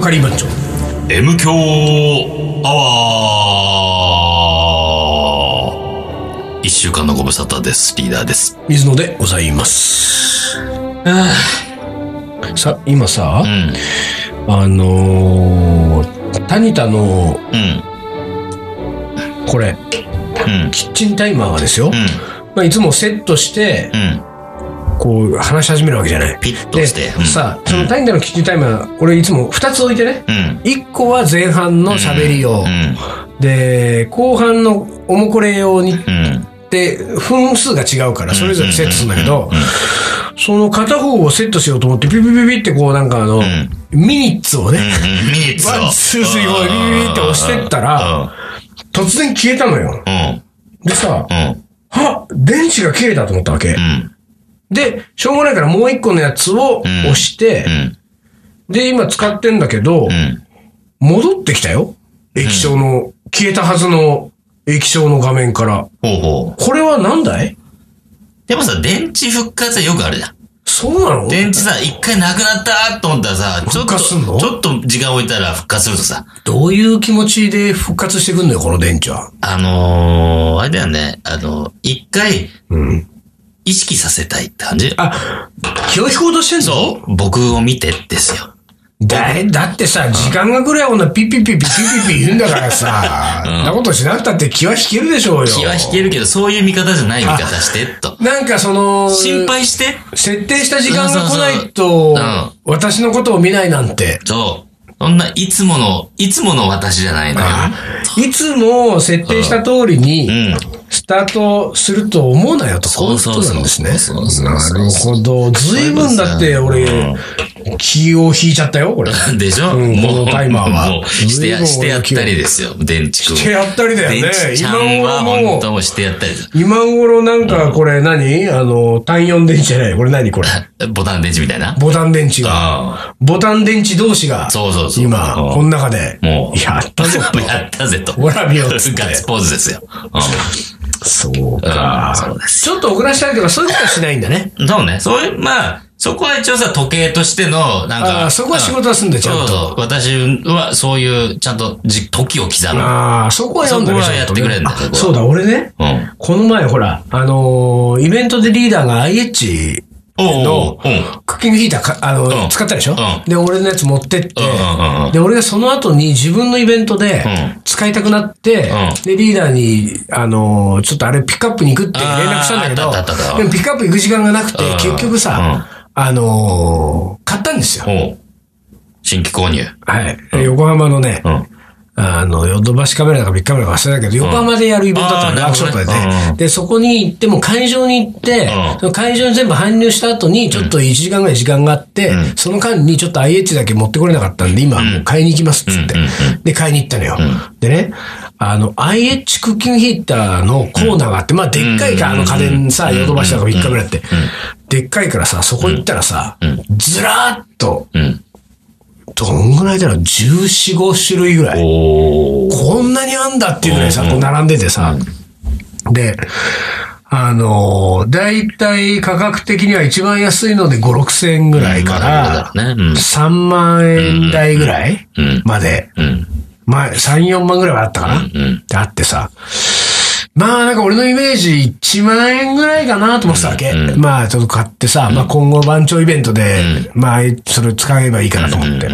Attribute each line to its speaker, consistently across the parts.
Speaker 1: 係番長
Speaker 2: M 強アワー一週間のご無沙汰です。リーダーです。
Speaker 1: 水野でございますさ今さ
Speaker 2: う、ん。
Speaker 1: あのー、タニタの
Speaker 2: うん。
Speaker 1: これ
Speaker 2: うん。
Speaker 1: キッチンタイマーがですよ、
Speaker 2: うん。
Speaker 1: まあ、いつもセットして
Speaker 2: うん。
Speaker 1: こう話し始めるわけじゃない
Speaker 2: ピッと
Speaker 1: で
Speaker 2: して。うん、
Speaker 1: さそのタニタのキッチンタイマー俺いつも2つ置いてね
Speaker 2: うん。
Speaker 1: 1個は前半の喋り用、
Speaker 2: うん。
Speaker 1: で後半のおもこれ用に
Speaker 2: うん。
Speaker 1: で分数が違うからそれぞれセットするんだけど、
Speaker 2: うんうん
Speaker 1: その片方をセットしようと思ってピピピピってこうなんかあの、
Speaker 2: ん
Speaker 1: ミニッツをね、
Speaker 2: うん。ミニッツを。
Speaker 1: ワンツースリーフォービビビって押してったら突然消えたのよ。
Speaker 2: うん、うん。
Speaker 1: でさ、
Speaker 2: うん。
Speaker 1: は電池が切れたと思ったわけ
Speaker 2: う。ん。
Speaker 1: で、しょうがないからもう一個のやつを押して
Speaker 2: う、ん。
Speaker 1: で、今使ってんだけど
Speaker 2: う、ん。
Speaker 1: 戻ってきたよ。液晶の、消えたはずの液晶の画面から。
Speaker 2: ほうほう。
Speaker 1: これは何だい
Speaker 2: でもさ、電池復活はよくあるじゃん。
Speaker 1: そうなの
Speaker 2: 電池さ、一回なくなったと思ったらさ、ちょっ
Speaker 1: 復活すんの
Speaker 2: と、ちょっと時間置いたら復活するとさ、
Speaker 1: どういう気持ちで復活してくんのよ、この電池は。
Speaker 2: あのー、あれだよね、あの、一回
Speaker 1: うん。
Speaker 2: 意識させたいって感じ。
Speaker 1: あ、気を引こうとしてんぞ。
Speaker 2: そう、僕を見てですよ。
Speaker 1: だ、だってさ、時間がくれよ、女ピッピッピッピッピッピッ言うんだからさ、そんなことしなくたって気は引けるでしょうよ。
Speaker 2: 気は引けるけど、そういう見方じゃない見方して、 と。
Speaker 1: なんかその、
Speaker 2: 心配して。
Speaker 1: 設定した時間が来ない
Speaker 2: そうそう
Speaker 1: と
Speaker 2: そう、
Speaker 1: 私のことを見ないなんて。
Speaker 2: そう。そんな、いつもの、いつもの私じゃないのよ。
Speaker 1: いつも設定した通り
Speaker 2: う
Speaker 1: に、
Speaker 2: ん。
Speaker 1: スタートすると思うなよと、こう
Speaker 2: そ
Speaker 1: いう
Speaker 2: う
Speaker 1: こと
Speaker 2: そう
Speaker 1: な
Speaker 2: そ
Speaker 1: ん
Speaker 2: う。
Speaker 1: ですね。
Speaker 2: そうそう
Speaker 1: な
Speaker 2: そう
Speaker 1: るほど。ずいぶんだって俺、気を引いちゃったよ、これ。
Speaker 2: でしょ、
Speaker 1: うんこのタイマーは
Speaker 2: もう、してや、してやったりですよ、電池君。
Speaker 1: してやったりだよね
Speaker 2: 電池ちゃんは
Speaker 1: 今頃もう
Speaker 2: 本当もうしてやったりです
Speaker 1: 今頃なんかこれ何、あの、単4電池じゃないこれ何これ。
Speaker 2: ボタン電池みたいな。
Speaker 1: ボタン電池が。
Speaker 2: あ
Speaker 1: ボタン電池同士が、
Speaker 2: そうそうそう
Speaker 1: 今、
Speaker 2: うん
Speaker 1: この中で、
Speaker 2: もう
Speaker 1: やったぞ
Speaker 2: あ。 やったぜと。
Speaker 1: ほら見よう
Speaker 2: ガ
Speaker 1: っつって
Speaker 2: ッツポーズですよ。
Speaker 1: そう
Speaker 2: かそうです
Speaker 1: ちょっと遅らせたいけど、そういうことはしないんだね。
Speaker 2: うん。そうね。そういう、まあ、そこは一応さ、時計としての、なん
Speaker 1: あ
Speaker 2: か。
Speaker 1: あ、そこは仕事はすんだ、ちゃん
Speaker 2: そう
Speaker 1: と。
Speaker 2: そう。私は、そういう、ちゃんとじ、時を刻む。
Speaker 1: ああ、そこは読んだね、
Speaker 2: そこは
Speaker 1: ちゃんと
Speaker 2: やってくれんだ
Speaker 1: ね
Speaker 2: そこ
Speaker 1: あ
Speaker 2: は
Speaker 1: そうだ、俺ね、
Speaker 2: うん。
Speaker 1: この前ほら、あのーイベントでリーダーが IH
Speaker 2: おうお
Speaker 1: の
Speaker 2: う、うん。うん
Speaker 1: クッキングヒーターか、あの、
Speaker 2: うん
Speaker 1: 使ったでしょ、
Speaker 2: うん
Speaker 1: で、俺のやつ持ってって、
Speaker 2: うんうん。
Speaker 1: で、俺がその後に自分のイベントで
Speaker 2: うん
Speaker 1: 使いたくなって、
Speaker 2: うん
Speaker 1: で、リーダーに、あのーちょっとあれピックアップに行くって連絡したんだけ
Speaker 2: あーあったあったあっ
Speaker 1: ど、
Speaker 2: た
Speaker 1: でもピックアップ行く時間がなくて
Speaker 2: うん、
Speaker 1: 結局さ、あのー買ったんですよ。
Speaker 2: おう新規購入。
Speaker 1: はい。横浜のね、
Speaker 2: うん。
Speaker 1: あの、ヨドバシカメラだかビッグカメラか忘れたけど、横浜でやるイベントだった
Speaker 2: あー
Speaker 1: の、ワークショップで
Speaker 2: なるほどねう
Speaker 1: ね
Speaker 2: ん。
Speaker 1: で、そこに行って、もう会場に行って
Speaker 2: うん、
Speaker 1: その会場に全部搬入した後に、ちょっと1時間ぐらい時間があって
Speaker 2: ん、
Speaker 1: その間にちょっと IH だけ持ってこれなかったんで、今もう買いに行きますっつって
Speaker 2: うんうん。
Speaker 1: で、買いに行ったのよ。でね、あの、IH クッキングヒーターのコーナーがあって、まあ、でっかいか、あの家電さ、ヨドバシだかビッグカメラって。でっかいからさ、そこ行ったらさ、ずらーっと、
Speaker 2: うん。
Speaker 1: どんぐらいだろう、14、5種類ぐらい。
Speaker 2: おー
Speaker 1: こんなにあんだっていうぐらいさ、こう並んでてさ、で、あのー、だいたい価格的には一番安いので5、6千円ぐらいか
Speaker 2: ま
Speaker 1: ら、
Speaker 2: あなるほどね。
Speaker 1: 3万円台ぐらい
Speaker 2: うんうん
Speaker 1: まで、
Speaker 2: うん。うん。
Speaker 1: まあ、3、4万ぐらいはあったかな、
Speaker 2: うんうん
Speaker 1: であってさ、まあなんか俺のイメージ1万円ぐらいかなと思ってたわけ。
Speaker 2: うんう
Speaker 1: まあちょっと買ってさ、まあ今後番長イベントで、まあそれ使えばいいかなと思って。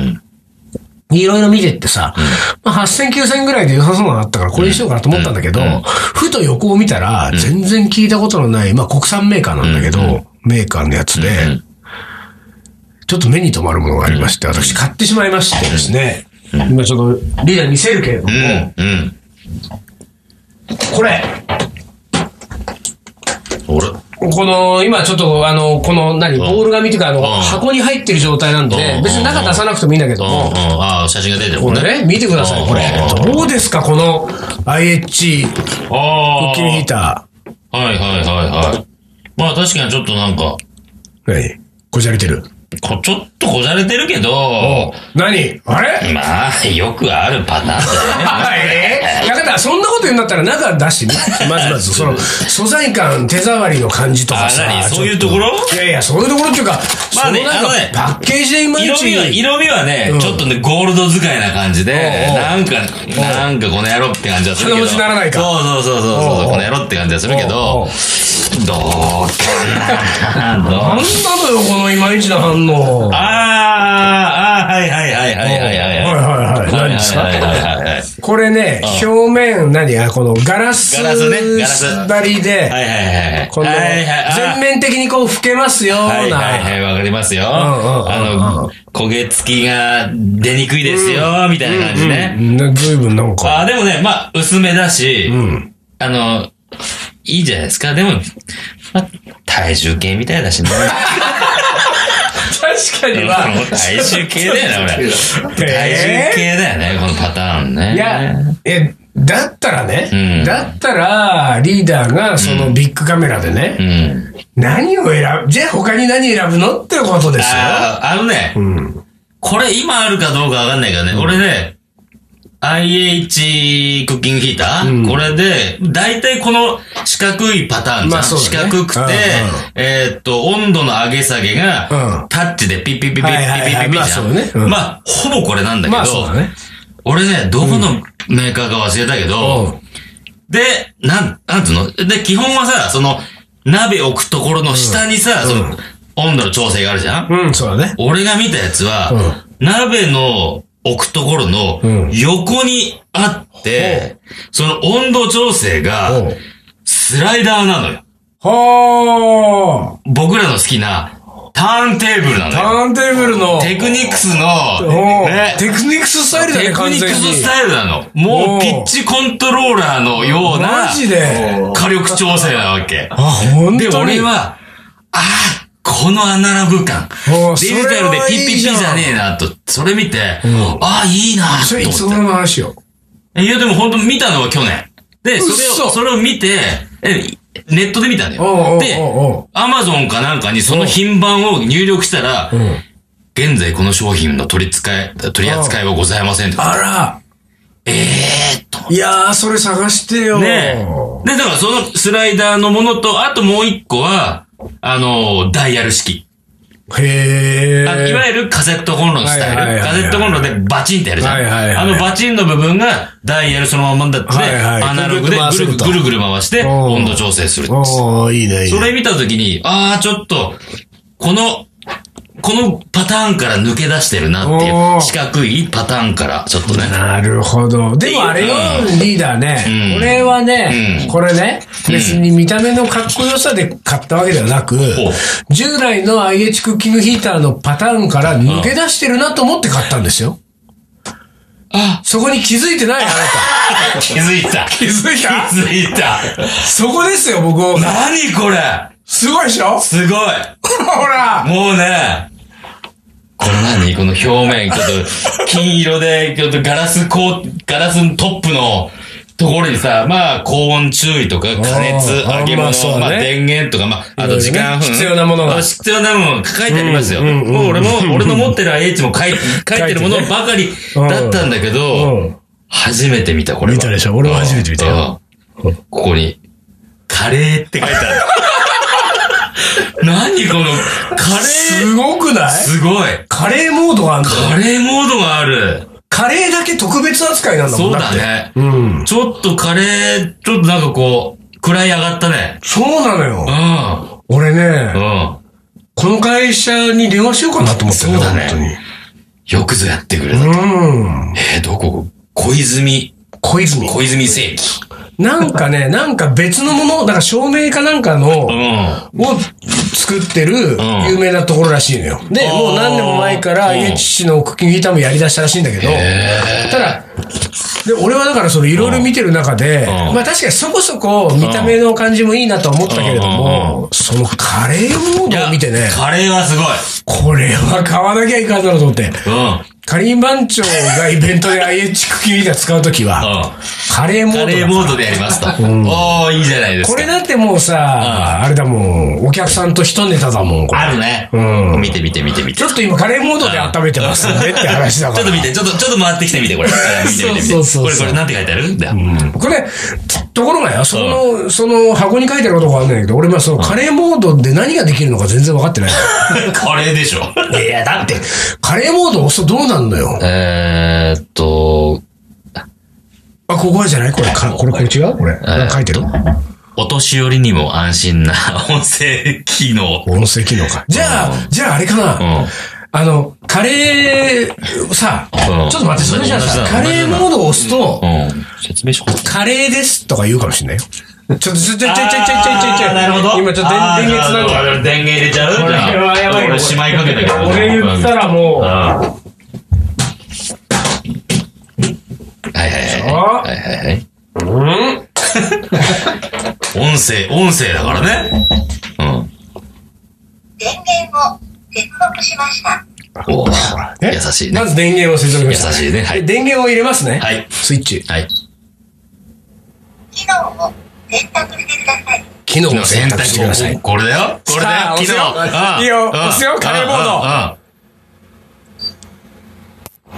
Speaker 1: いろいろ見てってさ、まあ、8000、9000ぐらいで良さそうなのあったから、これにしようかなと思ったんだけど、ふと横を見たら、全然聞いたことのない、まあ、国産メーカーなんだけど、メーカーのやつで、ちょっと目に留まるものがありまして、私買ってしまいましてですね、今ちょっとリーダーに見せるけれども、
Speaker 2: うん。うん。
Speaker 1: これ、
Speaker 2: 俺、
Speaker 1: この、今ちょっと、あの、この、何、ボール紙というか、あの、
Speaker 2: ん
Speaker 1: 箱に入ってる状態なんで
Speaker 2: う、ん
Speaker 1: 別に中出さなくてもいいんだけど
Speaker 2: うん、
Speaker 1: も
Speaker 2: うん、、ああ、写真が出てるも
Speaker 1: こ
Speaker 2: んね。
Speaker 1: れね、見てください、これ
Speaker 2: う。ん
Speaker 1: どうですか、この IH
Speaker 2: ああ。
Speaker 1: キーヒータ
Speaker 2: はいはいはいはい。まあ確かにちょっとなんか、
Speaker 1: ー。はい。こじゃれてる。
Speaker 2: こ、ちょっとこじゃれてるけど、
Speaker 1: 何あれ
Speaker 2: まあ、よくあるパターンだよ
Speaker 1: え
Speaker 2: ね。
Speaker 1: えだからそんなこと言うんだったら中出してみ。まずまず、そ の、素材感、手触りの感じとかさ
Speaker 2: あ。何そういうところ
Speaker 1: ちょっいやいや、そういうところっていうか、
Speaker 2: まあね
Speaker 1: そのなんか
Speaker 2: あのね
Speaker 1: パッケージでいまい
Speaker 2: 色
Speaker 1: ち。
Speaker 2: 味は、色味はね、
Speaker 1: うん
Speaker 2: ちょっとね、ゴールド使いな感じで、
Speaker 1: おうおう
Speaker 2: なんか、なんかこの野郎って感じはするけど。
Speaker 1: 鼻持ちならないか
Speaker 2: そうそうそうそう
Speaker 1: おうお
Speaker 2: そうう、この野郎って感じはするけ
Speaker 1: おうお
Speaker 2: ど
Speaker 1: う、
Speaker 2: どうかなどう
Speaker 1: なんなのよ、このいまいちな反応。
Speaker 2: あーあー、はいはいはいはいはいはい。
Speaker 1: はいはいはい何ですか
Speaker 2: はいはいはいはい
Speaker 1: これね、表面、何あこのガラス、
Speaker 2: ガラスねガラス
Speaker 1: 張りで、
Speaker 2: はいはいはいはい。
Speaker 1: この、
Speaker 2: はいはいあー
Speaker 1: 全面的にこう、吹けますような、
Speaker 2: はいはいはい、わかりますよ。
Speaker 1: んうん
Speaker 2: あの、焦げ付きが出にくいですよ、みたいな感じね。
Speaker 1: ねずいぶんなんか、
Speaker 2: ああ、でもね、まあ、薄めだし、あの、いいじゃないですか。でも、まあ、体重計みたいだしね。
Speaker 1: 確かには、
Speaker 2: 体重計だよね、これ。体重計だよね、このパターンね。
Speaker 1: いや、え、だったらね、
Speaker 2: うん
Speaker 1: だったら、リーダーがそのビッグカメラでね、
Speaker 2: うん。
Speaker 1: 何を選ぶ、じゃあ他に何選ぶのってことですよ。
Speaker 2: ああ、あのね、
Speaker 1: うん。
Speaker 2: これ今あるかどうかわかんないけどね、俺ね、IH クッキングヒーター、これで、だいたいこの四角いパターンじ
Speaker 1: ま
Speaker 2: ゃん。
Speaker 1: あそう
Speaker 2: 四
Speaker 1: だね
Speaker 2: 角くて、
Speaker 1: うんうん
Speaker 2: えーっと、温度の上げ下げが、
Speaker 1: うん
Speaker 2: タッチでピッピッピッピッピ
Speaker 1: はい
Speaker 2: ッ
Speaker 1: は
Speaker 2: ピ
Speaker 1: い
Speaker 2: ッ
Speaker 1: は
Speaker 2: ピ
Speaker 1: い
Speaker 2: ッ
Speaker 1: ま
Speaker 2: ピ
Speaker 1: あ
Speaker 2: ッじゃ
Speaker 1: そうねうん
Speaker 2: ん。まあ、ほぼこれなんだけ
Speaker 1: まあそうだ、
Speaker 2: ど
Speaker 1: ね。
Speaker 2: 俺ね、どこのメーカーか忘れたけ
Speaker 1: う
Speaker 2: ど
Speaker 1: ん、
Speaker 2: で、なん、なんつうので、基本はさ、その、鍋置くところの下にさ、その、温度の調整があるじゃ
Speaker 1: う
Speaker 2: ん
Speaker 1: ん、そうだね。
Speaker 2: 俺が見たやつは、鍋の置くところ
Speaker 1: う
Speaker 2: の
Speaker 1: ん
Speaker 2: 横にあって、その温度調整
Speaker 1: お
Speaker 2: が
Speaker 1: う
Speaker 2: スライダーなのよ。
Speaker 1: はあ、
Speaker 2: 僕らの好きなターンテーブルな
Speaker 1: タ
Speaker 2: のよ。
Speaker 1: ーンテーブルの、
Speaker 2: テクニックス
Speaker 1: お
Speaker 2: の、
Speaker 1: う
Speaker 2: ね
Speaker 1: テクニックススタイルだね、
Speaker 2: テク
Speaker 1: 完
Speaker 2: ニッ
Speaker 1: 全
Speaker 2: ク
Speaker 1: に。
Speaker 2: ススタイルなの。も
Speaker 1: おう
Speaker 2: うピッチコントローラーのような
Speaker 1: マジで。
Speaker 2: 火力調整なわけ。
Speaker 1: あ、本
Speaker 2: で、
Speaker 1: 当に。
Speaker 2: 俺は、ああ、このアナログ感
Speaker 1: おー。
Speaker 2: デジタルでピッピッピじ
Speaker 1: それはいいじゃ
Speaker 2: ゃ
Speaker 1: ん
Speaker 2: ねえなと、それ見て、ああ、いいな
Speaker 1: それいつ
Speaker 2: と
Speaker 1: の
Speaker 2: 思っ
Speaker 1: 話よ。
Speaker 2: た。いや、でも本当見たのは去年。で、それ
Speaker 1: 嘘
Speaker 2: を、それを見て、えネットで見たの
Speaker 1: おうおうお
Speaker 2: よ。
Speaker 1: う
Speaker 2: で
Speaker 1: おう、
Speaker 2: アマゾンかなんかにその品番を入力したら、現在この商品の取り扱い、取り扱いはございませんって。
Speaker 1: あら、
Speaker 2: ええーと。
Speaker 1: いやー、それ探してよ。
Speaker 2: ねえ。で、だからそのスライダーのものと、あともう一個は、あの、ダイヤル式。
Speaker 1: へえ。
Speaker 2: あいわゆるカセットコンロのスタ
Speaker 1: はいはいはい
Speaker 2: イル。
Speaker 1: はい
Speaker 2: カセットコンロでバチンってやるじゃん。
Speaker 1: はいはいはい
Speaker 2: あのバチンの部分がダイヤルそのままだって、
Speaker 1: はいはい
Speaker 2: アナログでぐるぐるぐるぐる回して
Speaker 1: うん
Speaker 2: 温度調整する。そ
Speaker 1: おー、いいね、いいね。
Speaker 2: れ見たときに、ああ、ちょっと、この、このパターンから抜け出してるなって
Speaker 1: お
Speaker 2: い
Speaker 1: ー
Speaker 2: う、四角いパターンから、ちょっとね。
Speaker 1: なるほど。でもあれよ、リーダーね。
Speaker 2: うん
Speaker 1: 俺はね、
Speaker 2: うん
Speaker 1: これね、別に見た目のかっこよさで買ったわけではなく、従来の IH クッキングヒーターのパターンから抜け出してるなと思って買ったんですよ。
Speaker 2: あ
Speaker 1: そこに気づいてないあな
Speaker 2: 気づ いた。気
Speaker 1: づいた
Speaker 2: 気づいた。
Speaker 1: た。そこですよ、僕を。
Speaker 2: 何これ
Speaker 1: すごいでしょ
Speaker 2: すごい
Speaker 1: ほら
Speaker 2: もうね、この何この表面、ちょっ と、金色で、ちょっとガラスこう、ガラスのトップの、ところにさ、まあ、高温注意とか、加熱、
Speaker 1: あー
Speaker 2: 揚げ
Speaker 1: ま
Speaker 2: 物、
Speaker 1: あそうね
Speaker 2: まあ、電源とか、まあ、あと時
Speaker 1: いろい
Speaker 2: 間、
Speaker 1: ろね必要なものが
Speaker 2: あ必要なものが書いてありますよ。
Speaker 1: うんうんうん
Speaker 2: もう俺も、俺の持ってる IH も書い書いてるものばかりだったんだけど、
Speaker 1: うん。
Speaker 2: 初めて見た、これは。
Speaker 1: 見たでしょ俺も初めて見たよ
Speaker 2: うん。うんここに、カレーって書いてある。何この、カレー、
Speaker 1: すごくない
Speaker 2: すごい。
Speaker 1: カレーモードがあんだよ
Speaker 2: カレーモードがある。
Speaker 1: カレーだけ特別扱いなんだも
Speaker 2: そ
Speaker 1: ん
Speaker 2: う
Speaker 1: だっ
Speaker 2: だ
Speaker 1: て。
Speaker 2: ね。
Speaker 1: うん。
Speaker 2: ちょっとカレー、ちょっとなんかこう、位上がったね。
Speaker 1: そうなのよ
Speaker 2: う。ん。
Speaker 1: 俺
Speaker 2: う
Speaker 1: ね、
Speaker 2: ん。
Speaker 1: この会社に電話しようかなと思ってる
Speaker 2: そうだねよくぞやってくれた。
Speaker 1: 本当に。うん。
Speaker 2: えー、どこ小泉、
Speaker 1: 小泉。
Speaker 2: 小泉正規。
Speaker 1: なんかね、なんか別のもの、なんか照明かなんかの、
Speaker 2: うん。
Speaker 1: を作ってる
Speaker 2: ん
Speaker 1: 有名なところらしいのよ。で、
Speaker 2: あー
Speaker 1: もう何年も前から
Speaker 2: うん
Speaker 1: IH のクッキングヒーターもやり出したらしいんだけど、
Speaker 2: へ
Speaker 1: ただ、で、俺はだからそのいろいろ見てる中で、
Speaker 2: うん
Speaker 1: まあ確かにそこそこ見た目の感じもいいなとは思ったけれど
Speaker 2: うん
Speaker 1: も、そのカレーモードを見てね、
Speaker 2: カレーはすごい。
Speaker 1: これは買わなきゃいかんだろうと思って。
Speaker 2: うん。
Speaker 1: カリン番長がイベントで IH 級リーダー使うときは、カレーモードだ
Speaker 2: カレーモードでやりますと。おー、いいじゃないですか。
Speaker 1: これだってもうさ、あれだもん、お客さんと一ネタだもん、これ。
Speaker 2: あるね。
Speaker 1: うん
Speaker 2: 見て見て見て見て。
Speaker 1: ちょっと今カレーモードで温めてますねって話だか
Speaker 2: ちょ
Speaker 1: ら
Speaker 2: っと。見て、ちょっと、ちょっと回ってきてみて、これ。見て見て見て。
Speaker 1: そうそうそうそう
Speaker 2: これ、これ、なんて書いてあるんだよ。
Speaker 1: これ、ところがよ、その、その箱に書いてあることがあるんだけど、俺はそのカレーモードで何ができるのか全然分かって ない。
Speaker 2: カレーでしょ。
Speaker 1: いや、だって、カレーモード押すとどうなんのよ。
Speaker 2: えーっと、
Speaker 1: あ、ここじゃないこれ、かこれ、これ違うこれ。なんか書いてる
Speaker 2: お年寄りにも安心な音声機能。
Speaker 1: 音声機能か。じゃあ、じゃああれかな。
Speaker 2: うん。
Speaker 1: あの、カレー、さ、
Speaker 2: うん
Speaker 1: ちょっと待って、それじゃあさ
Speaker 2: 同じだ
Speaker 1: カレーモードを押すと、
Speaker 2: うん。説明しよう。
Speaker 1: カレーですとか言うかもしれないよ。ちょっと、ちょ、ちょ、ちょ、ちょ、ちょ、ちょ、ちょ、
Speaker 2: なるほど。
Speaker 1: 今ちょっと
Speaker 2: あー
Speaker 1: 電電源つなぐわ。
Speaker 2: るほど電源入れちゃう
Speaker 1: これはやばいよ
Speaker 2: 俺、しまいかけたけど。
Speaker 1: 俺言ったらもう、
Speaker 2: うん。はいうはいはい。はいはいはい。
Speaker 1: うん
Speaker 2: 音声、音声だからね。うん。
Speaker 3: 電源を接続しました。
Speaker 2: お
Speaker 1: え
Speaker 2: 優しいね
Speaker 1: ま。ず電源を接続しま
Speaker 2: 優
Speaker 1: した。
Speaker 2: しいね。は
Speaker 1: で
Speaker 2: い。
Speaker 1: 電源を入れますね。
Speaker 2: はい。
Speaker 1: スイッチ。
Speaker 2: はい。
Speaker 3: 機能を選択してください。
Speaker 1: 機能を
Speaker 2: 選
Speaker 1: 選
Speaker 2: 択
Speaker 1: 択してくださ
Speaker 2: 肢
Speaker 1: い。
Speaker 2: これだよ。これだ
Speaker 1: さあ
Speaker 2: よ。
Speaker 1: 押すよいいよ押すよ
Speaker 2: うんうん
Speaker 1: カレーモード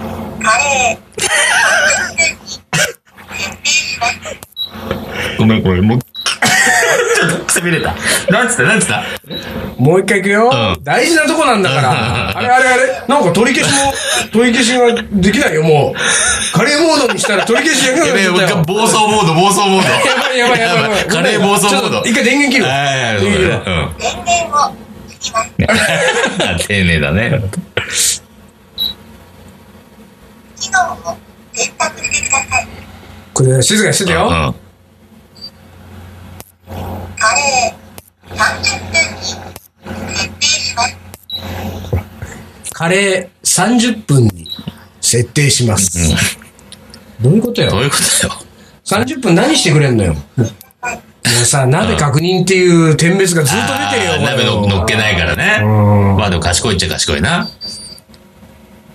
Speaker 2: うん
Speaker 3: カレー。設定します。
Speaker 2: ごめん、ごめん、もう。ちょっとくせびれた。なんつった、なんつった
Speaker 1: もう一回いくよ
Speaker 2: う。ん
Speaker 1: 大事なとこなんだから。あ
Speaker 2: うん
Speaker 1: れあれあれなんか取り消し も、取り消しができないよ、もう。カレーモードにしたら取り消しできなく
Speaker 2: やべえ、
Speaker 1: な
Speaker 2: もう
Speaker 1: っち
Speaker 2: 一
Speaker 1: ゃ
Speaker 2: 回
Speaker 1: ったよ。
Speaker 2: 暴走モード、暴走モード。
Speaker 1: やばいやばいやばいやばい。
Speaker 2: カレー暴走
Speaker 1: ちょっ
Speaker 2: モー
Speaker 1: と
Speaker 2: ド。
Speaker 1: 一回電源切るわ。
Speaker 2: はいはい、そうだね。
Speaker 3: 電源を切ります。
Speaker 2: うん。丁寧だね。
Speaker 3: 機能を選択してください。
Speaker 1: これ静かにしててよ。
Speaker 2: うん
Speaker 3: カレー。30分に設定します。
Speaker 1: カレー30分に設定します。どういうことよ
Speaker 2: どういうことよ。
Speaker 1: 30分何してくれんのよ。もうさ、鍋確認っていう点滅がずっと出てるよ
Speaker 2: あー
Speaker 1: これ。
Speaker 2: 鍋の乗っけないからね。
Speaker 1: うん
Speaker 2: まあでも賢いっちゃ賢いな。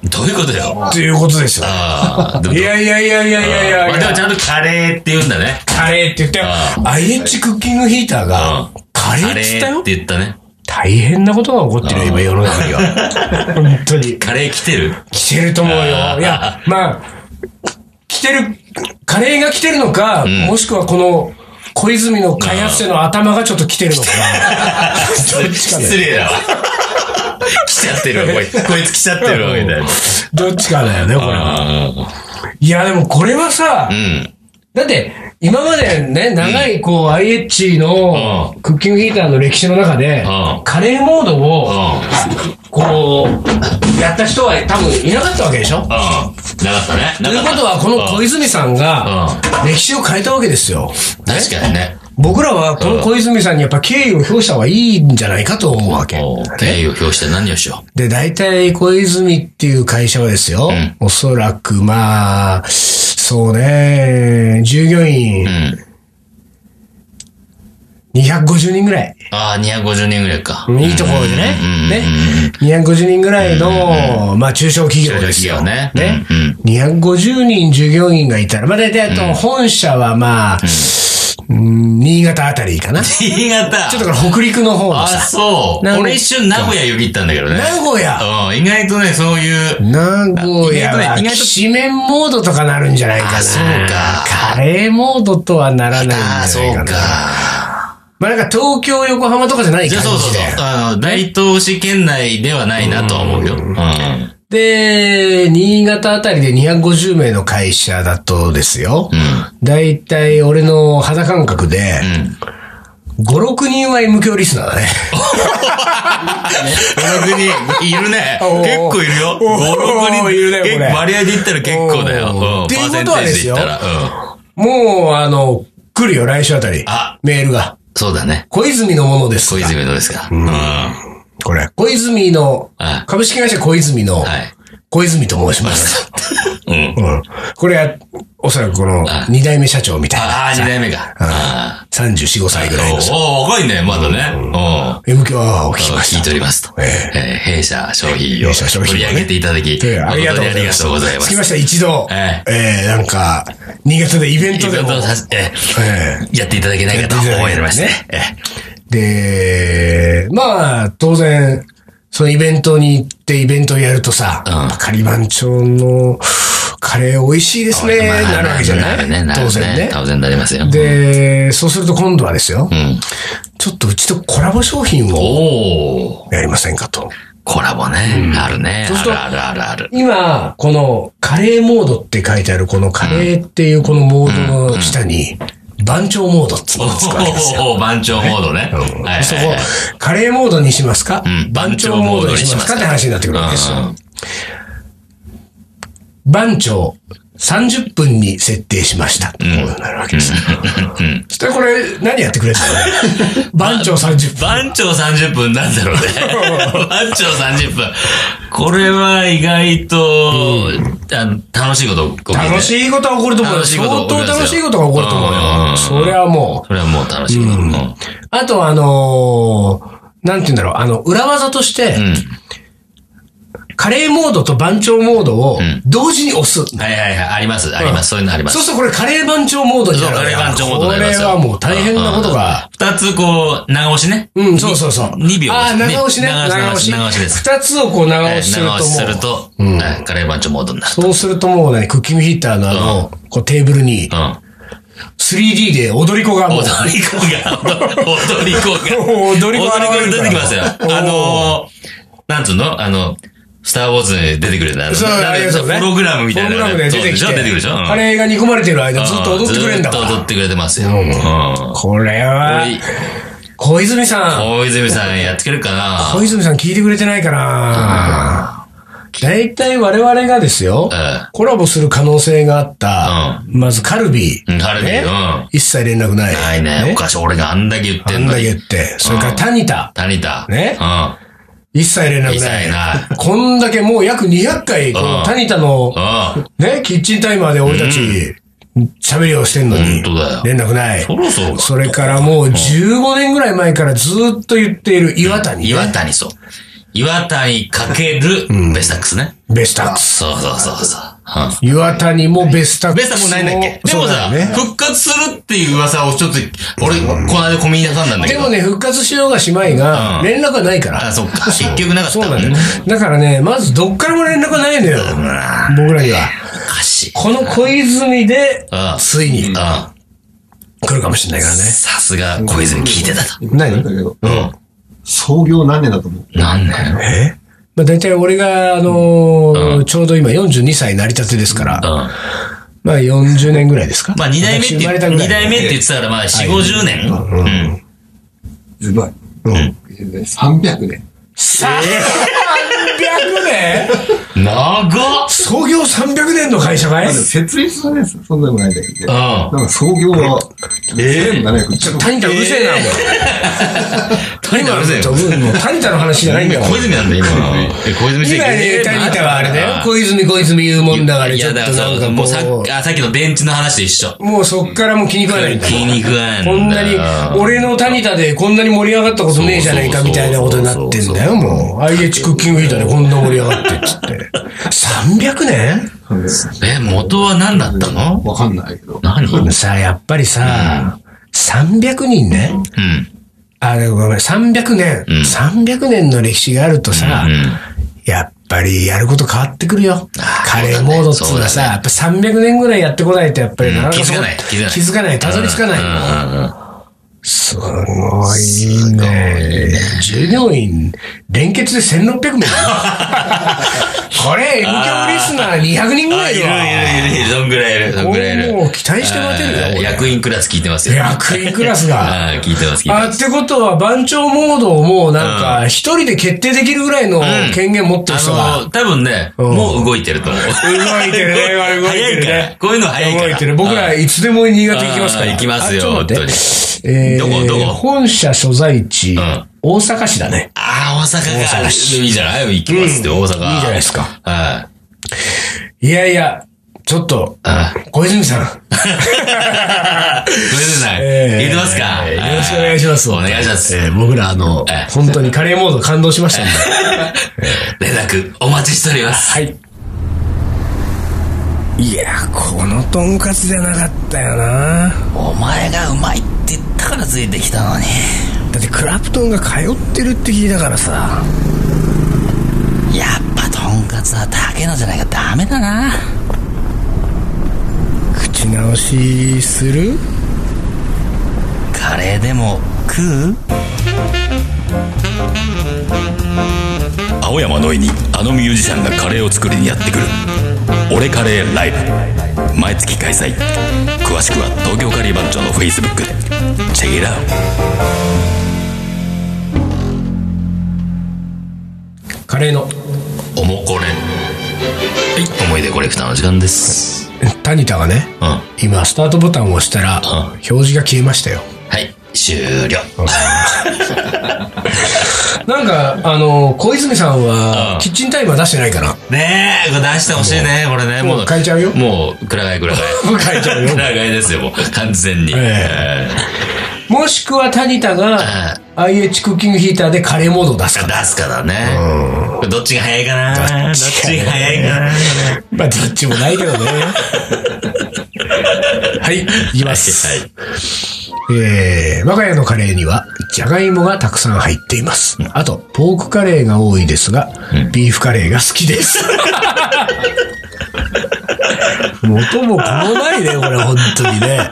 Speaker 2: どういうことよ。
Speaker 1: っていうことですよ。
Speaker 2: ああ、でも
Speaker 1: いやいやいやいやいやいや
Speaker 2: まあ
Speaker 1: い
Speaker 2: でも
Speaker 1: や
Speaker 2: ち。ゃんとカレーって言うんだね。
Speaker 1: カレーって言ったよ
Speaker 2: あ。
Speaker 1: IH クッキングヒーターが
Speaker 2: う、
Speaker 1: カレーって言った
Speaker 2: っ
Speaker 1: よ。
Speaker 2: て言ったね。
Speaker 1: 大変なことが起こってるよ、今世の中には。本当に。
Speaker 2: カレー来てる
Speaker 1: 来てると思うよ。い
Speaker 2: あー
Speaker 1: や、まあ、来てる、カレーが来てるのか、
Speaker 2: ん
Speaker 1: もしくはこの、小泉の開発者の頭がちょっと来てる のか。どっちかだよ
Speaker 2: 失礼だわ。来ちゃってるわ、こ いつ。こいつ来ちゃってるわ、みたいな。
Speaker 1: どっちかだよね、これは。
Speaker 2: あ
Speaker 1: いや、でもこれはさ
Speaker 2: ーう、ん。
Speaker 1: だって、今までね、長い、こう、IH の
Speaker 2: う
Speaker 1: クッキングヒーターの歴史の中で
Speaker 2: うん、
Speaker 1: カレーモードを、
Speaker 2: うん。
Speaker 1: こう、やった人は多分いなかったわけでしょ
Speaker 2: うん。なかったね。
Speaker 1: と
Speaker 2: ないか
Speaker 1: う
Speaker 2: っ
Speaker 1: こ
Speaker 2: た
Speaker 1: とは、この小泉さんが
Speaker 2: うん、
Speaker 1: 歴史を変えたわけですよ。
Speaker 2: 確かにね。
Speaker 1: 僕らは、この小泉さんにやっぱ敬意を表した方がいいんじゃないかと思うわけ。
Speaker 2: もう、敬意を表して何をしよ
Speaker 1: で、大体、小泉っていう会社はですよ、
Speaker 2: ん
Speaker 1: おそらく、まあ、そうね、従業員
Speaker 2: う。うん。
Speaker 1: 250人ぐらい。
Speaker 2: ああ、250人ぐらいか。
Speaker 1: いいところでね
Speaker 2: うんうんうん。
Speaker 1: ね。250人ぐらいの、まあ中小企業ですよ。
Speaker 2: 中小企業ねうん
Speaker 1: ね。250人従業員がいたら、まあ大体あと本社はまあ、うん新潟あたりかな。ち
Speaker 2: 新潟。
Speaker 1: ょっとこれ北陸の方の
Speaker 2: あ、
Speaker 1: さ、
Speaker 2: そう。
Speaker 1: なんか
Speaker 2: 俺一瞬名古屋よぎったんだけどね。
Speaker 1: 名古屋。
Speaker 2: うん、意外とね、そういう、
Speaker 1: 名古屋は、
Speaker 2: 意外とね意外と
Speaker 1: きしめんモードとかなるんじゃないかな。
Speaker 2: あそうか
Speaker 1: カレーモードとはならないんじゃ
Speaker 2: ああ、そ
Speaker 1: な
Speaker 2: う
Speaker 1: いかな。
Speaker 2: か。
Speaker 1: まあなんか東京、横浜とかじゃない
Speaker 2: じゃ
Speaker 1: 感
Speaker 2: あ
Speaker 1: じ
Speaker 2: そうそうそう
Speaker 1: だよ。
Speaker 2: あの、大東市圏内ではないなとは思うよ。うん。
Speaker 1: で、新潟あたりで250名の会社だとですよ。だいたい俺の肌感覚で、
Speaker 2: うん。
Speaker 1: 5、6人は M 響リスナー だね。
Speaker 2: 5、6人いるね。
Speaker 1: おー
Speaker 2: 結構いるよ。
Speaker 1: おー
Speaker 2: 5、6人
Speaker 1: いるねこれ
Speaker 2: 結構割合で言ったら結構だよ。
Speaker 1: おー
Speaker 2: うん。
Speaker 1: っていうことはですよ
Speaker 2: パーセンテージで言ったら。うん。
Speaker 1: もう、あの、来るよ、来週あたり。
Speaker 2: あ
Speaker 1: メールが。
Speaker 2: そうだね。
Speaker 1: 小泉のものです
Speaker 2: 小
Speaker 1: が。
Speaker 2: 泉どうですか。うん。は
Speaker 1: これ。小泉の
Speaker 2: はい、
Speaker 1: 株式会社小泉の、
Speaker 2: い。
Speaker 1: 小泉と申します。
Speaker 2: うん。
Speaker 1: うん。これは、おそらくこの
Speaker 2: は、い
Speaker 1: 二代目社長みたいな。
Speaker 2: ああ、二代目か。ああ。
Speaker 1: 34、5歳ぐらいのさ、
Speaker 2: おお若いね、まだね。うん。
Speaker 1: MQR を聞きました。
Speaker 2: 聞いておりますと。
Speaker 1: ええ
Speaker 2: えー弊社商品を
Speaker 1: 弊社商品をね
Speaker 2: 取り上げていただき、
Speaker 1: でありがとうございます。
Speaker 2: 誠にありがとうございま
Speaker 1: つき
Speaker 2: す
Speaker 1: ま。しては一度、
Speaker 2: え
Speaker 1: えーなんか、新潟でイベント
Speaker 2: イベ
Speaker 1: で
Speaker 2: ン
Speaker 1: も、
Speaker 2: トをさせて、
Speaker 1: ええ
Speaker 2: やっていただけないかと思いまして。ね、
Speaker 1: で、まあ、当然、そのイベントに行ってイベントをやるとさ、
Speaker 2: うん
Speaker 1: やっぱ仮番長のカレー美味しいですね、
Speaker 2: まあ
Speaker 1: なるわけじゃな
Speaker 2: る
Speaker 1: い、
Speaker 2: ね、なるね
Speaker 1: 当然ね。
Speaker 2: 当然なりますよ。
Speaker 1: で、そうすると今度はですよ、
Speaker 2: うん。
Speaker 1: ちょっとうちとコラボ商品を
Speaker 2: おお
Speaker 1: やりませんかと。
Speaker 2: コラボね、あるね。
Speaker 1: そう
Speaker 2: あ
Speaker 1: すると
Speaker 2: るあるあるある。
Speaker 1: 今、このカレーモードって書いてあるこのカレーっていうこのモードの下に、番長モードっていう
Speaker 2: お
Speaker 1: のがつくわけですよ。
Speaker 2: お番長モードね。
Speaker 1: うん
Speaker 2: はい
Speaker 1: そこ
Speaker 2: はいはい、
Speaker 1: カレーモードにしますか、
Speaker 2: うん
Speaker 1: 番長モードにしますかって話になってくるわけです
Speaker 2: うんう
Speaker 1: よ。番長、30分に設定しました。こうなるわけですよ。そしたらこれ、何やってくれたの 番長30分。
Speaker 2: 番長30分な んだろうね。番長30分。これは意外と、あの楽しいこと起きて
Speaker 1: 楽しいことが起こると思うよ。
Speaker 2: 楽しいこ
Speaker 1: 相
Speaker 2: とが起こ
Speaker 1: 当
Speaker 2: りますよ
Speaker 1: 楽しいことが起こると思う
Speaker 2: うんうんう
Speaker 1: よ。
Speaker 2: ん
Speaker 1: それはも
Speaker 2: それはもう楽しいこと。うん。うん。
Speaker 1: う。あとはあのーなんて言うんだろう。あの、裏技として、カレーモードと番長モードを
Speaker 2: ん
Speaker 1: 同時に押す。
Speaker 2: はいはいはい。あります。あります。そういうのあります
Speaker 1: そう。するとこれカレー番長モードに
Speaker 2: そ
Speaker 1: な
Speaker 2: う、
Speaker 1: るわ
Speaker 2: カ
Speaker 1: け
Speaker 2: レー
Speaker 1: だ
Speaker 2: 番長モードになりますよ
Speaker 1: これはもう大変なことが。。
Speaker 2: うんうん二つこう、長押しね。
Speaker 1: うん、そうそうそう。
Speaker 2: に二秒
Speaker 1: ああ、長押しね。
Speaker 2: に長押し、長押しです。
Speaker 1: 二つをこう長押しする
Speaker 2: 長
Speaker 1: と
Speaker 2: 押しす
Speaker 1: も
Speaker 2: る
Speaker 1: う。
Speaker 2: と、はいカレー番長モードになる。
Speaker 1: そうするともうね、クッキングヒーターのあの、こうテーブルに
Speaker 2: う、ん。
Speaker 1: 3D で踊り子がもう
Speaker 2: 踊、り子が、踊り子が。
Speaker 1: 踊り子が現れるから
Speaker 2: 踊出てきますよ。あのー、なんつうのあの、スターウォーズに出てくれた。あの
Speaker 1: そう
Speaker 2: なん
Speaker 1: あれ
Speaker 2: で
Speaker 1: ですよね
Speaker 2: ホログラムみたいな。
Speaker 1: ホログラムで出てき
Speaker 2: そ
Speaker 1: て、
Speaker 2: うでしょ出てくるでしょうん
Speaker 1: カレーが煮込まれてる間ずっと踊ってくれんだ
Speaker 2: ず
Speaker 1: か
Speaker 2: っと踊っ
Speaker 1: ら。
Speaker 2: てくれてますよ。うん。
Speaker 1: これは
Speaker 2: こ、れ
Speaker 1: 小泉さん、
Speaker 2: 大泉さんやっつけるかな
Speaker 1: 小泉さん聞いてくれてないかな大体我々がですよ
Speaker 2: ええ、
Speaker 1: コラボする可能性があった、まずカルビ
Speaker 2: うん、カルビ
Speaker 1: ね
Speaker 2: うん。
Speaker 1: 一切連絡ない。
Speaker 2: ないね。おかしい。俺があんだけ言って
Speaker 1: あ
Speaker 2: ん
Speaker 1: ん
Speaker 2: の
Speaker 1: だけ
Speaker 2: に。
Speaker 1: 言って。それからタニタ。
Speaker 2: 谷田。
Speaker 1: ね
Speaker 2: うん。
Speaker 1: 一切連絡
Speaker 2: 一切
Speaker 1: ない。
Speaker 2: な
Speaker 1: こんだけもう約200回、こ
Speaker 2: うん
Speaker 1: のタニタの
Speaker 2: うん。
Speaker 1: ね、キッチンタイマーで俺たち喋りをしてんのに
Speaker 2: 本当だよ、
Speaker 1: 連絡ない。
Speaker 2: そろそろだ
Speaker 1: それからもう15年ぐらい前からずっと言っている岩谷ね。
Speaker 2: 岩谷、そう。岩谷かけるベスタックスね。
Speaker 1: ベスタックス。
Speaker 2: そうそうそうそう。うん。
Speaker 1: 岩谷もベスタック
Speaker 2: ベ
Speaker 1: スも。
Speaker 2: スタもうないんだっけで
Speaker 1: そ
Speaker 2: も
Speaker 1: うだ
Speaker 2: さ、
Speaker 1: よね。
Speaker 2: 復活するっていう噂をちょっと、俺、この間小耳に挟んだんだ
Speaker 1: で
Speaker 2: けど。
Speaker 1: もね、復活しようがしまいが、
Speaker 2: うん
Speaker 1: 連絡はないから。
Speaker 2: あ、そっか。結局なかった。
Speaker 1: そうなんだよ。だからね、まずどっからも連絡がないのよ。僕らには。
Speaker 2: おかしい。
Speaker 1: この小泉で
Speaker 2: うん、
Speaker 1: ついに
Speaker 2: うん。さ
Speaker 1: 来るかもしれないからね。
Speaker 2: すが、小泉聞いてたと。
Speaker 1: 何
Speaker 4: だけど、
Speaker 2: うん。
Speaker 4: 創業何年だと思う
Speaker 2: なんだよ。
Speaker 1: えまあ大体俺が、あのー
Speaker 2: うん
Speaker 1: ちょうど今42歳なりたてですから、
Speaker 2: うん。
Speaker 1: まあ40年ぐらいですか。
Speaker 2: まあ、二代目っ
Speaker 1: 私
Speaker 2: て、
Speaker 1: 生まれたぐら
Speaker 2: 二
Speaker 1: い
Speaker 2: 代目って言ってたから、まあ、四五十年うん。
Speaker 4: すごい。
Speaker 1: うん。
Speaker 4: 300年。
Speaker 1: 300年
Speaker 2: 長っ
Speaker 1: 創業300年の会社かい
Speaker 4: まず設立はね、そんなでもないんだけど、ね、
Speaker 2: う。
Speaker 4: なんんか創業は、
Speaker 2: ええ
Speaker 4: 1700ちょっと
Speaker 1: 谷田うるせえな、もう。
Speaker 2: 谷田うるせえよ
Speaker 1: もう谷田の話じゃないんだよ。
Speaker 2: 小泉なんだよ、今の。え小泉
Speaker 1: 以外で谷田はあれだよ。小泉小泉言うもんだから、
Speaker 2: い
Speaker 1: ちょ
Speaker 2: や、
Speaker 1: っと
Speaker 2: だから
Speaker 1: なん
Speaker 2: そ
Speaker 1: か
Speaker 2: う、
Speaker 1: も
Speaker 2: も
Speaker 1: う
Speaker 2: うさっき、あさっきの電池の話と一緒。
Speaker 1: もうそっからもう気に食わないんだよ
Speaker 2: 気に食わないんだ
Speaker 1: こ
Speaker 2: よ
Speaker 1: んなに、俺の谷田でこんなに盛り上がったことねえじゃないかみたいなことになってんだよ、もう。IH クッキングヒーターでこんな盛り上がってっつって。300年
Speaker 2: え、元は何だったの
Speaker 4: わかんないけど。
Speaker 2: 何う
Speaker 1: で
Speaker 2: ん。
Speaker 1: もさ、やっぱりさ、300人ね。あ、でもごめん、300年。
Speaker 2: うん
Speaker 1: 300年の歴史があるとさ、
Speaker 2: うん
Speaker 1: やっぱりやること変わってくるよ。
Speaker 2: あー
Speaker 1: カレーモードっつうのは
Speaker 2: そうだ
Speaker 1: さ、
Speaker 2: ね
Speaker 1: やっぱ300年ぐらいやってこないと、やっぱりなかな
Speaker 2: 気
Speaker 1: か
Speaker 2: づ
Speaker 1: そ
Speaker 2: か
Speaker 1: う
Speaker 2: ない。気づかない。
Speaker 1: 気づかない。たどり着かない。
Speaker 2: うんうんうん
Speaker 1: すごいね。従業員、連結で1600名。 これ、M 響リスナー200人ぐら
Speaker 2: あ
Speaker 1: い
Speaker 2: い
Speaker 1: い
Speaker 2: る
Speaker 1: るわ
Speaker 2: いるいるいる。どんぐらいいるどんぐらいいる。
Speaker 1: これもう期待して待てるよ
Speaker 2: あー
Speaker 1: 俺
Speaker 2: 役員クラス聞いてますよ。
Speaker 1: 役員クラス が。
Speaker 2: あー聞いてます、聞いて
Speaker 1: あ、
Speaker 2: ま
Speaker 1: っ
Speaker 2: す。
Speaker 1: てことは、番長モードをもうなんか、一人で決定できるぐらいの
Speaker 2: ん
Speaker 1: 権限持ってる人
Speaker 2: あ
Speaker 1: が。
Speaker 2: の、多分ね、
Speaker 1: うん
Speaker 2: もう動いてると思う。
Speaker 1: 動いてるね、 今動いてる
Speaker 2: 早いから
Speaker 1: ね。
Speaker 2: こういうの早いから
Speaker 1: 動いてる。僕らいつでも新潟行きますから。
Speaker 2: あー行きます
Speaker 1: あ
Speaker 2: よ
Speaker 1: ちょっと待ってえ
Speaker 2: どこどこ
Speaker 1: ー、本社所在地
Speaker 2: ん、
Speaker 1: 大阪市だね。
Speaker 2: ああ、大阪
Speaker 1: 大
Speaker 2: か。
Speaker 1: 阪市
Speaker 2: いいじゃない行きますって、大阪。
Speaker 1: いいじゃないですか。
Speaker 2: はい
Speaker 1: やいや、ちょっと、
Speaker 2: あ
Speaker 1: 小泉さん、
Speaker 2: ごめんなさい。
Speaker 1: ええ
Speaker 2: 言ってますか、
Speaker 1: ええよろしくお願いします。
Speaker 2: お願いします。
Speaker 1: ええ僕ら、あの
Speaker 2: え、え
Speaker 1: 本当にカレーモード感動しましたんで。
Speaker 2: 連絡お待ちしております。
Speaker 1: はい。いや、このとんかつじゃなかったよな。
Speaker 2: お前がうまいって言ったからついてきたのに。
Speaker 1: だってクラプトンが通ってるって聞いたからさ。
Speaker 2: やっぱとんかつは竹野じゃないかダメだな。
Speaker 1: 口直しする
Speaker 2: カレーでも食う
Speaker 5: 青山のいにあのミュージシャンがカレーを作りにやってくる「俺カレーライブ」毎月開催詳しくは東京カリー番長のフェイスブックでチェックイットアウト
Speaker 1: カレーの
Speaker 2: おもこれ。はい、思い出コレクターの時間です。
Speaker 1: タニタがね、
Speaker 2: うん。は
Speaker 1: 今スタートボタンを押したら、
Speaker 2: ん
Speaker 1: 表示が消えましたよ。
Speaker 2: い、終了。
Speaker 1: なんか、あの、小泉さん
Speaker 2: う
Speaker 1: は
Speaker 2: ん、
Speaker 1: キッチンタイマー出してないか な。
Speaker 2: ねえ、これ出してほしいね、これね。
Speaker 1: もう変えちゃうよ
Speaker 2: もう、くらがえ くらがえ。
Speaker 1: 変えちゃ うよ
Speaker 2: くらがえですよ、もう、完全に。
Speaker 1: え
Speaker 2: え
Speaker 1: もしくはタニタが、
Speaker 2: ー
Speaker 1: IH クッキングヒーターでカレーモードを出 すか
Speaker 2: 出すかだね。どっちが早いかなどっちが早いかな
Speaker 1: まあ、どっちもないけ どね。はい、いきます。
Speaker 2: はい
Speaker 1: えー、我が家のカレーには、じゃがいもがたくさん入っています。あと、ポークカレーが多いですが、ビーフカレーが好き です。元も子もないね、これ、本当に ね。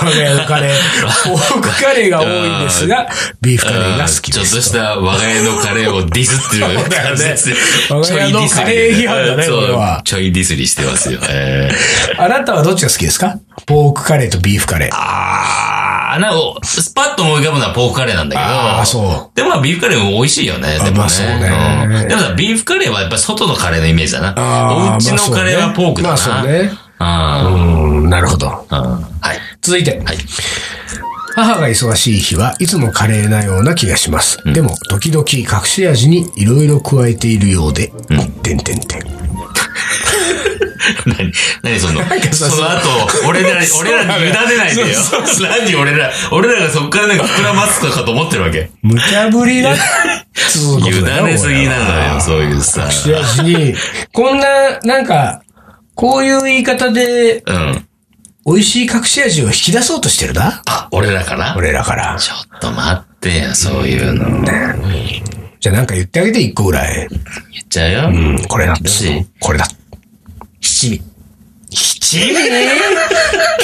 Speaker 1: 我が家のカレー、ポークカレーが多いですが、ビーフカレーが好き
Speaker 2: ち
Speaker 1: で
Speaker 2: ょっと
Speaker 1: す。
Speaker 2: した我が家のカレーをディスってる 感じですね
Speaker 1: そうだよね
Speaker 2: ちょいディ
Speaker 1: 我が家のカ
Speaker 2: スり
Speaker 1: レー批判だね
Speaker 2: そう
Speaker 1: これは
Speaker 2: ちょいディスりしてますよ。えー
Speaker 1: あなたはどっちが好きですかポークカレーとビーフカレー。
Speaker 2: あー、なんか、スパッと思い浮かぶのはポークカレーなんだけど。
Speaker 1: あーそう。
Speaker 2: でもまあビーフカレーも美味しいよね。でもね。
Speaker 1: まあそうね
Speaker 2: んでもさ、ビーフカレーはやっぱ外のカレーのイメージだな。
Speaker 1: あー
Speaker 2: お家
Speaker 1: まあそう
Speaker 2: の
Speaker 1: ね
Speaker 2: カレーはポークだな。
Speaker 1: まあそうね。
Speaker 2: あ
Speaker 1: うん、なるほど。
Speaker 2: ーうんはい。
Speaker 1: 続いて。
Speaker 2: はい。
Speaker 1: 母が忙しい日はいつもカレーなような気がします。でも、時々隠し味にいろいろ加えているようで、てんてんてん。
Speaker 2: 何何その、
Speaker 1: かさ
Speaker 2: その後、俺らに、俺らに委ねないでよ。何俺ら、俺らがそこからなんか膨らますのかと思ってるわけ。
Speaker 1: 無茶ぶりだ。つうことだ
Speaker 2: 委
Speaker 1: よ
Speaker 2: ねすぎなのよ、そういうさ。
Speaker 1: これは隠し味に、こんな、なんか、こういう言い方で、
Speaker 2: うん。
Speaker 1: 美味しい隠し味を引き出そうとしてるな。
Speaker 2: あ、俺らかな
Speaker 1: 俺らから。
Speaker 2: ちょっと待ってよ、そういうの。
Speaker 1: じゃあなんか言ってあげて、一個ぐらい。
Speaker 2: 言っちゃう
Speaker 1: う
Speaker 2: よ。
Speaker 1: ん、これだっつうの
Speaker 2: どっち
Speaker 1: これだ。
Speaker 2: 七味。七味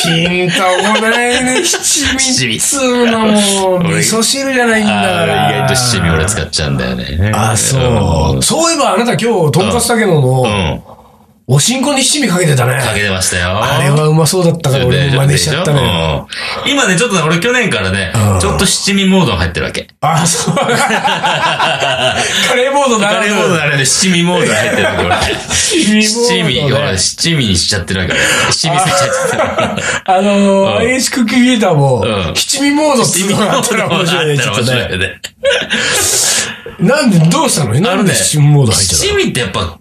Speaker 1: ピンとこないね、七味っつうのも、味
Speaker 2: 俺
Speaker 1: 噌汁じゃないんだから。
Speaker 2: あー意外と七味俺使っちゃうんだよね。
Speaker 1: あ、そう。そういえばあなた今日、とんかつたけの
Speaker 2: うん。う
Speaker 1: の、
Speaker 2: ん。
Speaker 1: おしんこに七味かけてたね。
Speaker 2: かけてましたよ。
Speaker 1: あれはうまそうだったから俺も真似しちゃったね。
Speaker 2: うん今ね、ちょっとね俺去年からね
Speaker 1: うん、
Speaker 2: ちょっと七味モードに入ってるわけ。
Speaker 1: あ、そう。カレーモードだ
Speaker 2: カレーモードのあれで七味モードに入ってるわけ、俺。七味、
Speaker 1: モードね
Speaker 2: ほら、七味にしちゃってるわけ、俺。七味ついちゃってる。
Speaker 1: あのー、
Speaker 2: うん
Speaker 1: IH クッキーヒーターも
Speaker 2: う、ん
Speaker 1: 七味モードっていうのがあったら面白いね、ちょっと
Speaker 2: 面白い
Speaker 1: ね。
Speaker 2: ね
Speaker 1: なんで、どうしたのなんで七味モード入っちゃっ
Speaker 2: 七味ってやっぱ、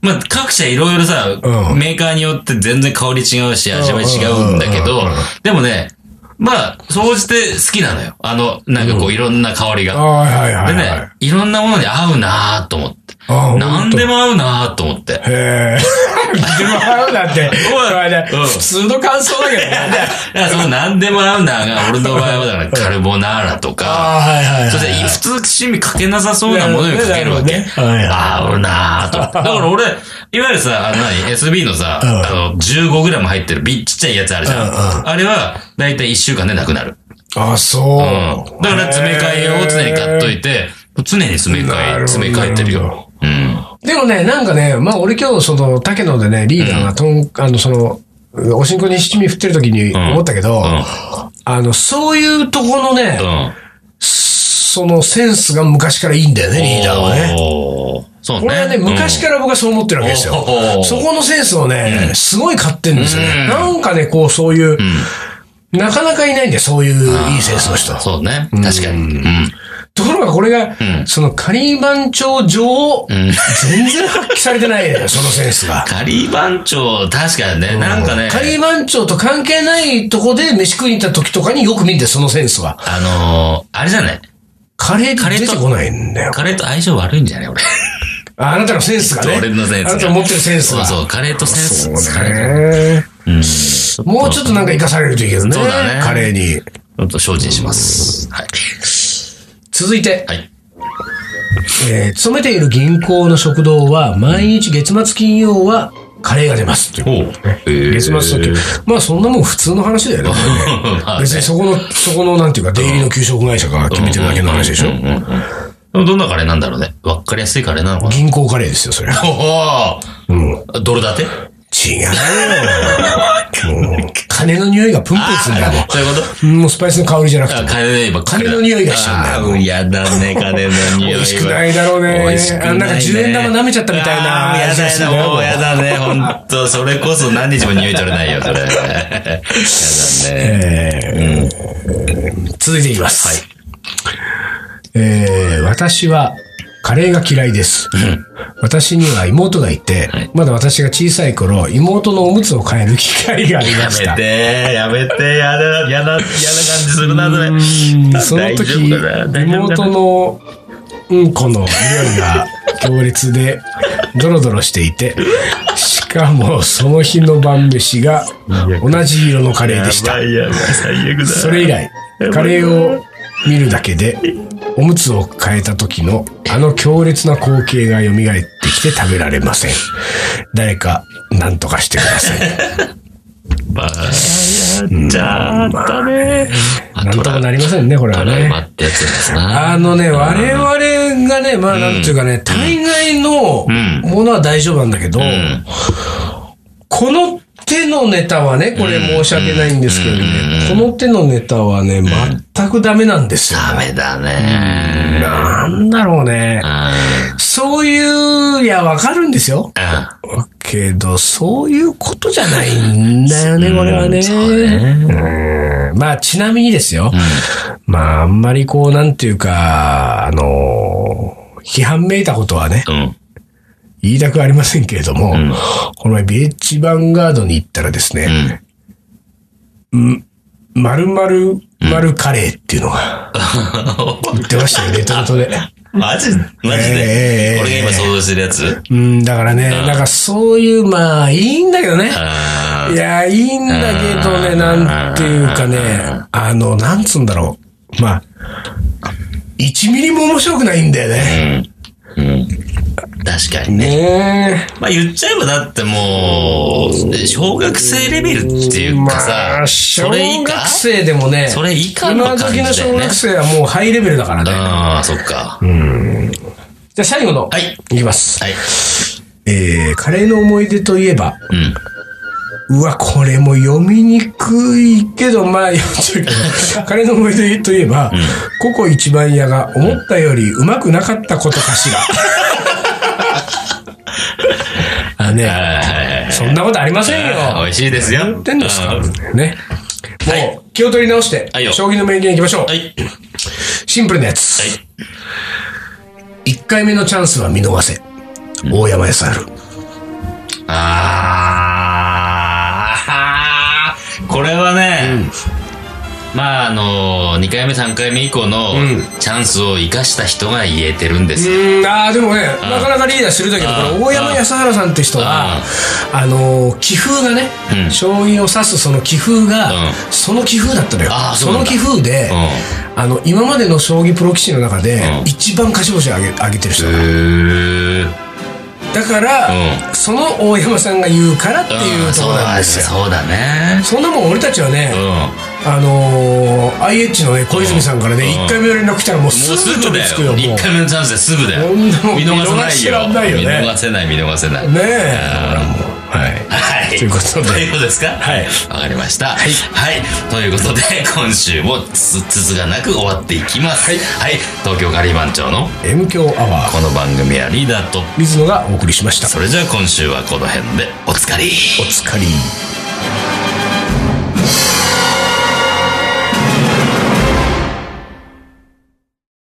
Speaker 2: まあ、各社いろいろさ、
Speaker 1: うん
Speaker 2: メーカーによって全然香り違うし、味わい違うんだけど、でもね、まあ、総じて好きなのよ。あの、なんかこう、いろんな香り
Speaker 1: たの
Speaker 2: が。
Speaker 1: あーはいは
Speaker 2: で
Speaker 1: いはいはい
Speaker 2: ね。、いろんなものに合うなぁと思って。
Speaker 1: あー
Speaker 2: なんで。
Speaker 1: ほと
Speaker 2: も合うなぁと思って。
Speaker 1: へー。で も合うなんて、
Speaker 2: おい
Speaker 1: これね
Speaker 2: うん
Speaker 1: 普通の感想だけどね。
Speaker 2: だからその何でも合うなぁが、俺の場合はだからカルボナーラとか、
Speaker 1: あーはいはいはい。
Speaker 2: そし て普通趣味かけなさそうなものにかけるわけ。
Speaker 1: ねなるほどねはいはい
Speaker 2: 合うな ぁと。だから俺、いわゆるさ、あの何 ?SB のさ、
Speaker 1: うん
Speaker 2: あの、15g 入ってるビちっちゃいやつあるじゃ
Speaker 1: う
Speaker 2: ん。
Speaker 1: ん
Speaker 2: あれは、だいたい1週間でなくなる。
Speaker 1: あ、そう。
Speaker 2: うん。だから詰め替えを常に買っといて、常に詰め
Speaker 1: なる
Speaker 2: 替
Speaker 1: ほ
Speaker 2: え、
Speaker 1: ど
Speaker 2: 詰め替えてるよ。うん。
Speaker 1: でもね、なんかね、まあ俺今日その、竹野でね、リーダーがとん、あの、その、おしんこに七味振ってる時に思ったけど、
Speaker 2: うんうん
Speaker 1: あの、そういうとこのね、
Speaker 2: うん。
Speaker 1: そのセンスが昔からいいんだよね、リーダーはね。
Speaker 2: おー。そうね。
Speaker 1: これはね、昔から僕はそう思ってるわけですよ
Speaker 2: お。ー
Speaker 1: そこのセンスをね、すごい買ってるんですよ
Speaker 2: う
Speaker 1: ね。
Speaker 2: ん
Speaker 1: なんかね、こう、そういう、なかなかいないんだよ、そういういいセンスの人
Speaker 2: うん。そうね。確かに。うん。
Speaker 1: ところがこれが、
Speaker 2: うん
Speaker 1: その仮番長上、
Speaker 2: ん
Speaker 1: 全然発揮されてない のよ、そのセンスが。
Speaker 2: 仮番長、確かにね、なんかね、
Speaker 1: 仮番長と関係ないとこで飯食いに行った時とかによく見るんだよ、そのセンスは。
Speaker 2: あのー、あれじゃない
Speaker 1: カレ
Speaker 2: カ
Speaker 1: ー
Speaker 2: レー
Speaker 1: 出
Speaker 2: と
Speaker 1: てこないんだよ。
Speaker 2: カレーと相性悪いんじゃない俺。
Speaker 1: ああなたのセンスがね。
Speaker 2: 俺のセンスが
Speaker 1: あなたの持ってるセンス
Speaker 2: そう
Speaker 1: が。
Speaker 2: そう、カレーとセンス
Speaker 1: そ
Speaker 2: 疲
Speaker 1: う
Speaker 2: れる。
Speaker 1: ね。
Speaker 2: うん。
Speaker 1: もうちょっとなんか生かされるといいけどね。
Speaker 2: そうだね
Speaker 1: カレーに。
Speaker 2: ちょっと精進します。はい。
Speaker 1: 続いて、
Speaker 2: はい。
Speaker 1: えー勤めている銀行の食堂は、毎日月末金曜はカレーが出ますっていう。
Speaker 2: おう。
Speaker 1: 月末 時、まあそんなもん普通の話だよね。
Speaker 2: まあ
Speaker 1: 別にそこの、そこのなんていうか、出入りの給食会社が決めてるだけの話でしょ。
Speaker 2: でもどんなカレーなんだろうね。わっかりやすいカレーなのかな。
Speaker 1: 銀行カレーですよ、そ れは。
Speaker 2: お
Speaker 1: うん。
Speaker 2: おドル建て
Speaker 1: 違うよ。もう金の匂いがプンプンするん だも
Speaker 2: そういうこと
Speaker 1: ん。もうスパイスの香りじゃなくて
Speaker 2: あ、。金の匂いばっかりだ。
Speaker 1: 金の匂いがしちゃうんだよ
Speaker 2: あーうんやだね、金の匂い
Speaker 1: 美
Speaker 2: は。
Speaker 1: 味しくないだろうね
Speaker 2: 美味しくない、
Speaker 1: あ
Speaker 2: ね。
Speaker 1: なんか十円玉舐めちゃったみたいな
Speaker 2: あーやだやだ、もうやだね、ほんと。それこそ何日も匂い取れない よ、それ。やだね。
Speaker 1: えー続いていきます。えー私は、カレーが嫌いです。私には妹がいて、
Speaker 2: はい
Speaker 1: まだ私が小さい頃、妹のおむつを変える機会があり
Speaker 2: や
Speaker 1: ました。
Speaker 2: めて、やめて、やだ、やだ、やだ感じするな、それ。
Speaker 1: うんその時、
Speaker 2: 大丈夫かな大丈夫か
Speaker 1: 妹
Speaker 2: な
Speaker 1: のうんこの匂いが強烈で、ドロドロしていて、しかもその日の晩飯が同じ色のカレーでした
Speaker 2: やば。いやばい、最悪だ。
Speaker 1: それ以来、カレーを見るだけで、おむつを変えた時のあの強烈な光景が蘇ってきて食べられません。誰か何とかしてくださ い。
Speaker 2: まあ、やっちゃったね。
Speaker 1: なんともなりませんね、これ
Speaker 2: た
Speaker 1: は
Speaker 2: だい
Speaker 1: ね。
Speaker 2: まってやつですな。
Speaker 1: あのね、我々がね、まあなんていうかね、大概の
Speaker 2: ん
Speaker 1: ものは大丈夫なんだけど、
Speaker 2: うん
Speaker 1: この手のネタはね、これ申し訳ないんですけどね、この手のネタはね、全くダメなんですよ。
Speaker 2: ダメだね。
Speaker 1: なんだろうね。
Speaker 2: うん
Speaker 1: そういう、いや、わかるんですよ。けど、そういうことじゃないんだよね、これはね。うんまあ、ちなみにですよ。まあ、あんまりこう、なんていうか、あの、批判めいたことはね、
Speaker 2: うん。
Speaker 1: 言いたくありませんけれども、この前、ビレッジヴァンガードに行ったらです
Speaker 2: う
Speaker 1: ね、
Speaker 2: ん。
Speaker 1: まるまるまるカレーっていうの が、売ってましたよ、レトルトで。
Speaker 2: マジマジ
Speaker 1: え
Speaker 2: で
Speaker 1: ー
Speaker 2: 俺が今想像してるやつ
Speaker 1: うん、だからね、なんかそういう、まあ、いいんだけどね。
Speaker 2: あ
Speaker 1: いや、いいんだけどね、なんていうかね、あの、なんつうんだろう。まあ、1ミリも面白くないんだよね。
Speaker 2: ーうん。確かにね。
Speaker 1: ね
Speaker 2: まあ言っちゃえばだってもう、小学生レベルって
Speaker 1: え。
Speaker 2: いうか
Speaker 1: ま
Speaker 2: さ
Speaker 1: あ、、
Speaker 2: そ
Speaker 1: 小
Speaker 2: れ以下
Speaker 1: 学生でもね、
Speaker 2: それ以下の
Speaker 1: 今
Speaker 2: 感じだよね
Speaker 1: 時の小学生はもうハイレベルだからね。
Speaker 2: ああ、そっか。
Speaker 1: じゃあ最後の、
Speaker 2: はい
Speaker 1: いきます。
Speaker 2: はい。
Speaker 1: えー、カレーの思い出といえば、
Speaker 2: うん。
Speaker 1: うわ、これも読みにくいけど、まあ、 読んじゃうけどカレーの思い出といえば、ココ一番屋が思ったよりうまくなかったことか しら。あね、
Speaker 2: はい
Speaker 1: そんなことありませんよ。
Speaker 2: 美味しいですよ。
Speaker 1: 言ってんですか
Speaker 2: うん
Speaker 1: ね。
Speaker 2: はい
Speaker 1: もう、気を取り直して
Speaker 2: はい、よ
Speaker 1: 将棋の名言いきましょう
Speaker 2: は。い。
Speaker 1: シンプルなやつ。
Speaker 2: はい。
Speaker 1: 1回目のチャンスは見逃せ。大山 SR。
Speaker 2: あーこれはね、まああの2回目3回目以降の
Speaker 1: ん
Speaker 2: チャンスを生かした人が言えてるんですよ、
Speaker 1: うん、ああ、でもね、なかなかリーダーするだけど、
Speaker 2: あー
Speaker 1: この大山康原さんって人は
Speaker 2: あ、
Speaker 1: あのー、棋風がね
Speaker 2: う、ん
Speaker 1: 将棋を指すその棋風
Speaker 2: う
Speaker 1: が
Speaker 2: ん、
Speaker 1: その棋風だったのよ
Speaker 2: あ。ーそ
Speaker 1: そう
Speaker 2: な
Speaker 1: の
Speaker 2: んだ
Speaker 1: 棋風で、あの、今までの将棋プロ棋士の中で
Speaker 2: う、ん
Speaker 1: 一番勝ち星を上げ上げてる人
Speaker 2: う
Speaker 1: だ
Speaker 2: ーん
Speaker 1: だから、その大山さんが言うからっていうところなんですよ。
Speaker 2: そうだね
Speaker 1: そんなもん俺たちはね
Speaker 2: そうだねう、んも
Speaker 1: あのー、IH のね、小泉さんからね、
Speaker 2: うん
Speaker 1: 1回目の連絡来たらもう
Speaker 2: う
Speaker 1: すぐ
Speaker 2: す
Speaker 1: 飛
Speaker 2: ぐ
Speaker 1: び
Speaker 2: だ
Speaker 1: つくよ、も
Speaker 2: よ
Speaker 1: う。
Speaker 2: 一回目のチャンスですぐだよ
Speaker 1: こんなもん
Speaker 2: 見逃さ
Speaker 1: 見逃して
Speaker 2: な
Speaker 1: らんない
Speaker 2: い
Speaker 1: よ
Speaker 2: よ
Speaker 1: ね
Speaker 2: 見逃せない見逃せない
Speaker 1: ねえ。
Speaker 2: はい。はい。
Speaker 1: ということで
Speaker 2: ということですか
Speaker 1: はい
Speaker 2: わかりました。はい。ということで、今週もつ、つつがなく終わっていきます。はい。東京ガリバン長の
Speaker 1: M 強アワー、
Speaker 2: この番組はリーダーと、
Speaker 1: 水野がお送りしました。
Speaker 2: それじゃあ今週はこの辺でおつかり。
Speaker 1: お疲れ。